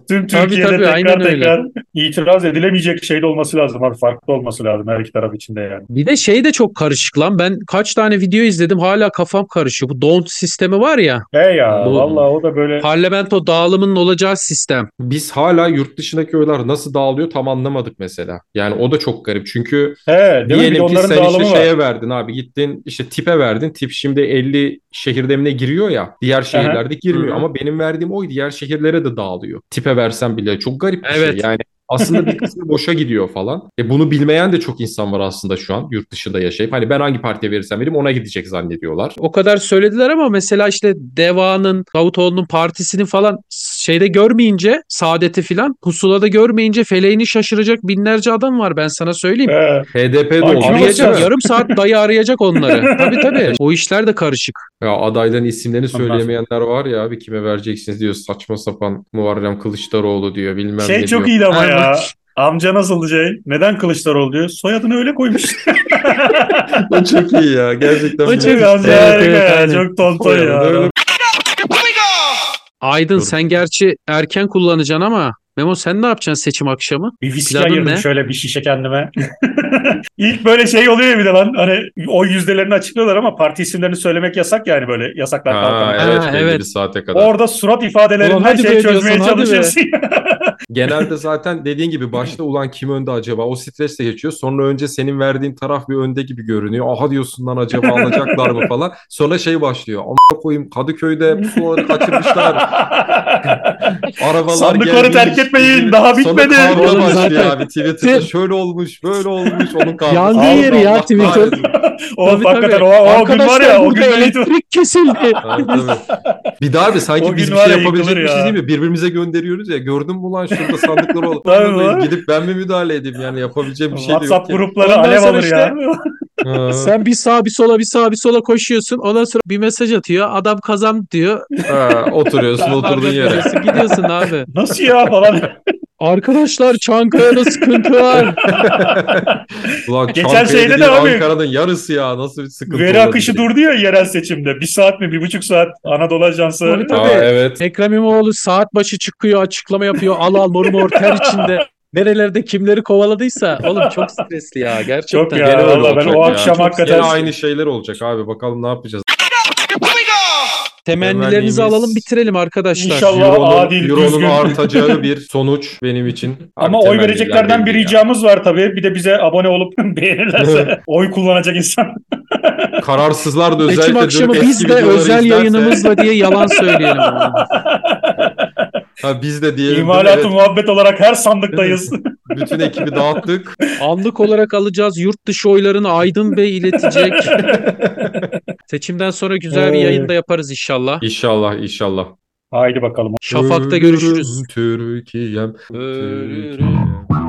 [SPEAKER 4] Tüm
[SPEAKER 3] Tabii,
[SPEAKER 4] Türkiye'de
[SPEAKER 3] tabii,
[SPEAKER 4] tekrar
[SPEAKER 3] aynen öyle.
[SPEAKER 4] tekrar itiraz edilemeyecek şeyde olması lazım. Abi, farklı olması lazım her iki taraf içinde yani.
[SPEAKER 3] Bir de şey de çok karışık lan. Ben kaç tane video izledim hala kafam karışıyor. Bu don't sistemi var ya.
[SPEAKER 4] He ya
[SPEAKER 5] Bu-
[SPEAKER 4] vallahi o da böyle
[SPEAKER 3] Parlamento dağılımının olacağı sistem.
[SPEAKER 5] Biz hala yurt dışındaki oylar nasıl dağılıyor tam anlamadık mesela. Yani o da çok garip. Çünkü
[SPEAKER 4] he değil mi? Bir de
[SPEAKER 5] Diyelim ki
[SPEAKER 4] onların
[SPEAKER 5] sen işte şey
[SPEAKER 4] dağılımı var.
[SPEAKER 5] şeye verdin abi gittin işte tipe verdin. Tip şimdi 50 şehirdemine giriyor ya. Diğer şehirlerde girmiyor
[SPEAKER 3] Hı hı.
[SPEAKER 5] ama benim verdiğim oy diğer şehirlere de dağılıyor. Tipe versen bile çok garip bir
[SPEAKER 3] Evet.
[SPEAKER 5] şey. Yani aslında bir kısmı boşa gidiyor falan. E bunu bilmeyen de çok insan var aslında şu an yurt dışında yaşayıp. Hani ben hangi partiye verirsem vereyim ona gidecek zannediyorlar.
[SPEAKER 3] O kadar söylediler ama mesela işte Deva'nın, Davutoğlu'nun partisini falan şeyde görmeyince, Saadet'i falan pusulada görmeyince feleğini şaşıracak binlerce adam var ben sana söyleyeyim.
[SPEAKER 4] He.
[SPEAKER 5] HDP de
[SPEAKER 4] Ay,
[SPEAKER 5] oldu.
[SPEAKER 4] kim
[SPEAKER 3] Arayacak,
[SPEAKER 4] olsa-
[SPEAKER 3] yarım saat dayı arayacak onları. tabii tabii. O işler de karışık.
[SPEAKER 5] Ya adayların isimlerini
[SPEAKER 4] Ondan sonra.
[SPEAKER 5] söyleyemeyenler var ya abi kime vereceksiniz diyor saçma sapan Muharrem Kılıçdaroğlu diyor bilmem
[SPEAKER 4] Şey
[SPEAKER 5] ne
[SPEAKER 4] çok
[SPEAKER 5] diyor.
[SPEAKER 4] iyiydi ama
[SPEAKER 3] Aynen.
[SPEAKER 4] ya. Amca nasıl şey? Neden Kılıçdaroğlu diyor? Soyadını öyle koymuş.
[SPEAKER 5] O çok iyi ya gerçekten. şey
[SPEAKER 3] O çok
[SPEAKER 5] bilmiyorum.
[SPEAKER 4] Çok amca
[SPEAKER 3] Evet,
[SPEAKER 4] harika
[SPEAKER 3] evet,
[SPEAKER 4] ya.
[SPEAKER 3] aynen.
[SPEAKER 4] Çok tonton
[SPEAKER 5] Soyadı
[SPEAKER 4] ya.
[SPEAKER 5] da öyle
[SPEAKER 3] Aydın
[SPEAKER 5] Doğru.
[SPEAKER 3] sen gerçi erken kullanacaksın ama Memo sen ne yapacaksın seçim akşamı?
[SPEAKER 4] Bir viski
[SPEAKER 3] Planın
[SPEAKER 4] ayırdım
[SPEAKER 3] ne?
[SPEAKER 4] şöyle bir şişe kendime. İlk böyle şey oluyor ya bir de lan hani o yüzdelerini açıklıyorlar ama parti isimlerini söylemek yasak yani böyle yasaklar
[SPEAKER 5] Ha,
[SPEAKER 4] kalkan.
[SPEAKER 5] evet,
[SPEAKER 3] Ha,
[SPEAKER 5] belli
[SPEAKER 3] evet.
[SPEAKER 5] bir saate kadar.
[SPEAKER 4] Orada surat
[SPEAKER 3] Ulan
[SPEAKER 4] ifadelerinden
[SPEAKER 3] hadi
[SPEAKER 4] şey
[SPEAKER 3] be
[SPEAKER 4] çözmeye
[SPEAKER 3] diyorsun, hadi be.
[SPEAKER 4] çalışıyorsun.
[SPEAKER 5] Genelde zaten dediğin gibi başta ulan kim önde acaba? O stresle geçiyor. Sonra önce senin verdiğin taraf bir önde gibi görünüyor. Aha diyorsun lan acaba alacaklar mı falan. Sonra şey başlıyor. Ama koyayım Kadıköy'de pusulaları kaçırmışlar. Arabalar
[SPEAKER 4] Sandıkları
[SPEAKER 5] gelmiş.
[SPEAKER 4] terk etmeyin, daha bitmedi.
[SPEAKER 5] Sonra kavga
[SPEAKER 3] Oğlum
[SPEAKER 5] başlıyor
[SPEAKER 3] zaten-
[SPEAKER 5] abi. Twitter'da şöyle olmuş böyle olmuş. Onun kavgası.
[SPEAKER 3] Yangın
[SPEAKER 5] Allah
[SPEAKER 3] yeri ya
[SPEAKER 5] Allah
[SPEAKER 3] Twitter.
[SPEAKER 5] kahretsin.
[SPEAKER 4] O
[SPEAKER 3] Tabii,
[SPEAKER 4] hakikaten
[SPEAKER 3] tabii.
[SPEAKER 4] o, o gün var
[SPEAKER 3] Arkadaşlar
[SPEAKER 4] ya o
[SPEAKER 3] burada
[SPEAKER 4] gün neydi?
[SPEAKER 3] elektrik kesildi.
[SPEAKER 5] Tabii, tabii. Bir daha abi
[SPEAKER 4] O
[SPEAKER 5] sanki biz
[SPEAKER 4] gün
[SPEAKER 5] bir
[SPEAKER 4] var ya,
[SPEAKER 5] şey
[SPEAKER 4] yıkılır ya.
[SPEAKER 5] yapabilecekmişiz değil mi? Birbirimize gönderiyoruz ya. Gördün mü lan şurada sandıkları olan.
[SPEAKER 4] Tabii lan.
[SPEAKER 5] Gidip ben mi müdahale edeyim yani yapabileceğim bir şey de yok
[SPEAKER 4] WhatsApp
[SPEAKER 5] ki.
[SPEAKER 4] grupları
[SPEAKER 3] Ondan
[SPEAKER 4] alev
[SPEAKER 3] sonra
[SPEAKER 4] alır
[SPEAKER 3] işte-
[SPEAKER 4] ya.
[SPEAKER 5] Ha.
[SPEAKER 3] Sen bir sağa bir sola bir sağa bir sola koşuyorsun. Ondan sonra bir mesaj atıyor. Adam kazan diyor.
[SPEAKER 5] Ha, oturuyorsun oturduğun yere.
[SPEAKER 3] Gidiyorsun, Gidiyorsun abi.
[SPEAKER 4] Nasıl ya falan.
[SPEAKER 3] Arkadaşlar Çankaya'da sıkıntı var.
[SPEAKER 5] Ulan
[SPEAKER 4] Geçen
[SPEAKER 5] Çankaya
[SPEAKER 4] şeyde de
[SPEAKER 5] dediğin
[SPEAKER 4] abi-
[SPEAKER 5] Ankara'nın yarısı ya nasıl bir sıkıntı
[SPEAKER 4] Veri
[SPEAKER 5] olabilir?
[SPEAKER 4] akışı durdu ya yerel seçimde. Bir saat mi bir buçuk saat Anadolu Ajansı.
[SPEAKER 3] Tabii, tabii.
[SPEAKER 5] Aa, evet.
[SPEAKER 3] Ekrem İmamoğlu saat başı çıkıyor açıklama yapıyor. Al al mor mor ter içinde. Nerelerde kimleri kovaladıysa. Oğlum çok stresli ya gerçekten.
[SPEAKER 4] Çok ya.
[SPEAKER 5] Gene öyle
[SPEAKER 4] vallahi ben
[SPEAKER 5] olacak
[SPEAKER 4] o akşam
[SPEAKER 5] Çok-
[SPEAKER 4] hakikaten-
[SPEAKER 5] Gene aynı şeyler olacak abi bakalım ne yapacağız.
[SPEAKER 3] Temennilerinizi
[SPEAKER 5] Temennimiz-
[SPEAKER 3] alalım bitirelim arkadaşlar.
[SPEAKER 4] İnşallah. Allah
[SPEAKER 5] Euro'nun,
[SPEAKER 4] adil,
[SPEAKER 5] Euro'nun
[SPEAKER 4] düzgün.
[SPEAKER 5] artacağı bir sonuç benim için. Abi
[SPEAKER 4] Ama oy
[SPEAKER 5] temenniler
[SPEAKER 4] vereceklerden bir
[SPEAKER 5] değil ya.
[SPEAKER 4] ricamız var tabii. Bir de bize abone olup beğenirlerse oy kullanacak insan.
[SPEAKER 5] Kararsızlar da
[SPEAKER 3] Seçim
[SPEAKER 5] özellikle
[SPEAKER 3] akşamı
[SPEAKER 5] dönüp
[SPEAKER 3] biz
[SPEAKER 5] eski
[SPEAKER 3] de
[SPEAKER 5] videoları
[SPEAKER 3] özel
[SPEAKER 5] izlerse-
[SPEAKER 3] yayınımızla diye yalan söyleyelim.
[SPEAKER 5] Ha, biz de diyelim.
[SPEAKER 4] İmalatı
[SPEAKER 5] evet,
[SPEAKER 4] muhabbet olarak her sandıktayız.
[SPEAKER 5] bütün ekibi dağıttık.
[SPEAKER 3] Anlık olarak alacağız. Yurt dışı oylarını Aydın Bey iletecek. Seçimden sonra güzel bir
[SPEAKER 4] Evet.
[SPEAKER 3] yayında yaparız inşallah.
[SPEAKER 5] İnşallah inşallah.
[SPEAKER 4] Haydi bakalım.
[SPEAKER 3] Şafak'ta görüşürüz.
[SPEAKER 5] Ee. Türkiye'm. Türkiye'm.